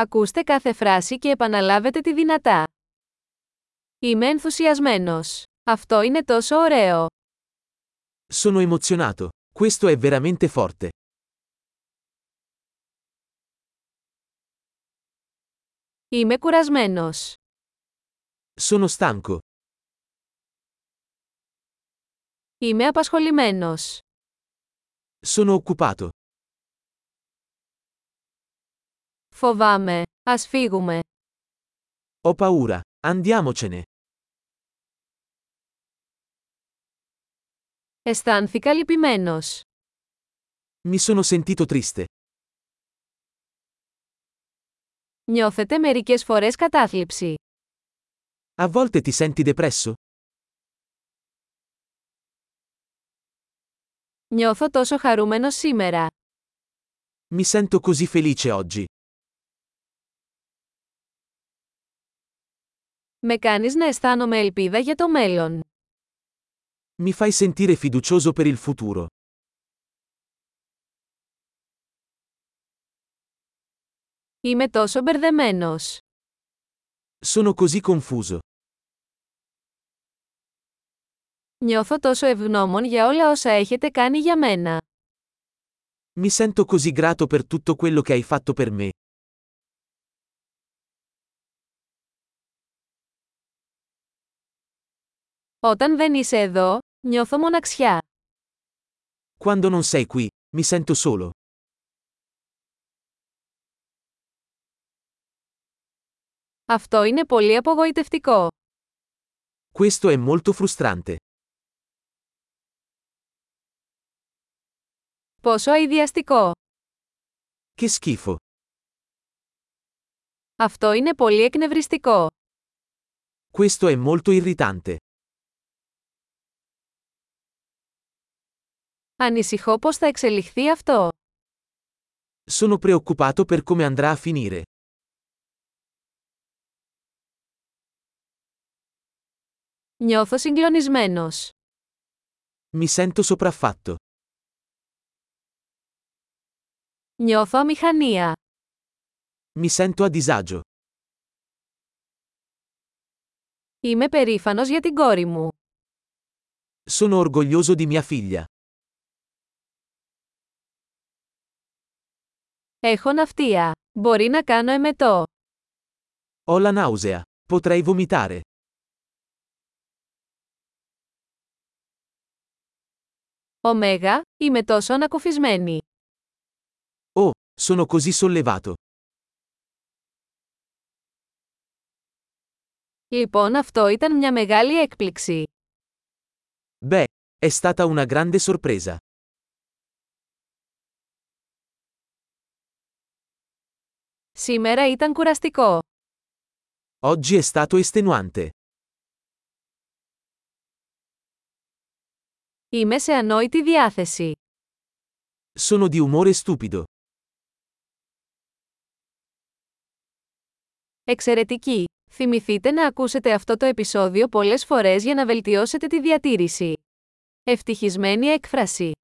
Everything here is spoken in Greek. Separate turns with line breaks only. Ακούστε κάθε φράση και επαναλάβετε τη δυνατά. Είμαι ενθουσιασμένος. Αυτό είναι τόσο ωραίο.
Sono emozionato. Questo è veramente forte.
Είμαι κουρασμένος.
Sono stanco.
Είμαι απασχολημένος.
Sono occupato.
Φοβάμαι. Ας φύγουμε.
Ho paura. Andiamocene.
Αισθάνθηκα λυπημένος.
Mi sono sentito triste.
Νιώθετε μερικές φορές κατάθλιψη.
A volte ti senti depresso?
Νιώθω τόσο χαρούμενος σήμερα.
Mi sento così felice oggi.
Με κάνεις να αισθάνομαι ελπίδα για το μέλλον.
Mi fai sentire fiducioso per il futuro.
Είμαι τόσο μπερδεμένος.
Sono così confuso.
Νιώθω τόσο ευγνώμων για όλα όσα έχετε κάνει για μένα.
Mi sento così grato per tutto quello che hai fatto per me.
Όταν δεν είσαι εδώ, νιώθω μοναξιά.
Quando non sei qui, mi sento solo.
Αυτό είναι πολύ απογοητευτικό.
Questo è molto frustrante.
Πόσο αειδιαστικό.
Che schifo.
Αυτό είναι πολύ εκνευριστικό.
Questo è molto irritante.
Ανησυχώ πώς θα εξελιχθεί αυτό.
Sono preoccupato per come andrà a finire.
Νιώθω συγκλονισμένος.
Mi sento sopraffatto.
Νιώθω αμηχανία.
Mi sento a disagio.
Είμαι περήφανος για την κόρη μου.
Sono orgoglioso di mia figlia.
Έχω ναυτία. Μπορεί να κάνω εμετό.
Ho la nausea. Potrei vomitare.
Ωμέγα, είμαι τόσο ανακουφισμένη.
Oh, sono così sollevato.
Λοιπόν αυτό ήταν μια μεγάλη έκπληξη.
Beh, è stata una grande sorpresa.
Σήμερα ήταν κουραστικό.
Oggi è stato estenuante.
Είμαι σε ανόητη διάθεση.
Sono di umore stupido.
Εξαιρετική! Θυμηθείτε να ακούσετε αυτό το επεισόδιο πολλές φορές για να βελτιώσετε τη διατήρηση. Ευτυχισμένη έκφραση!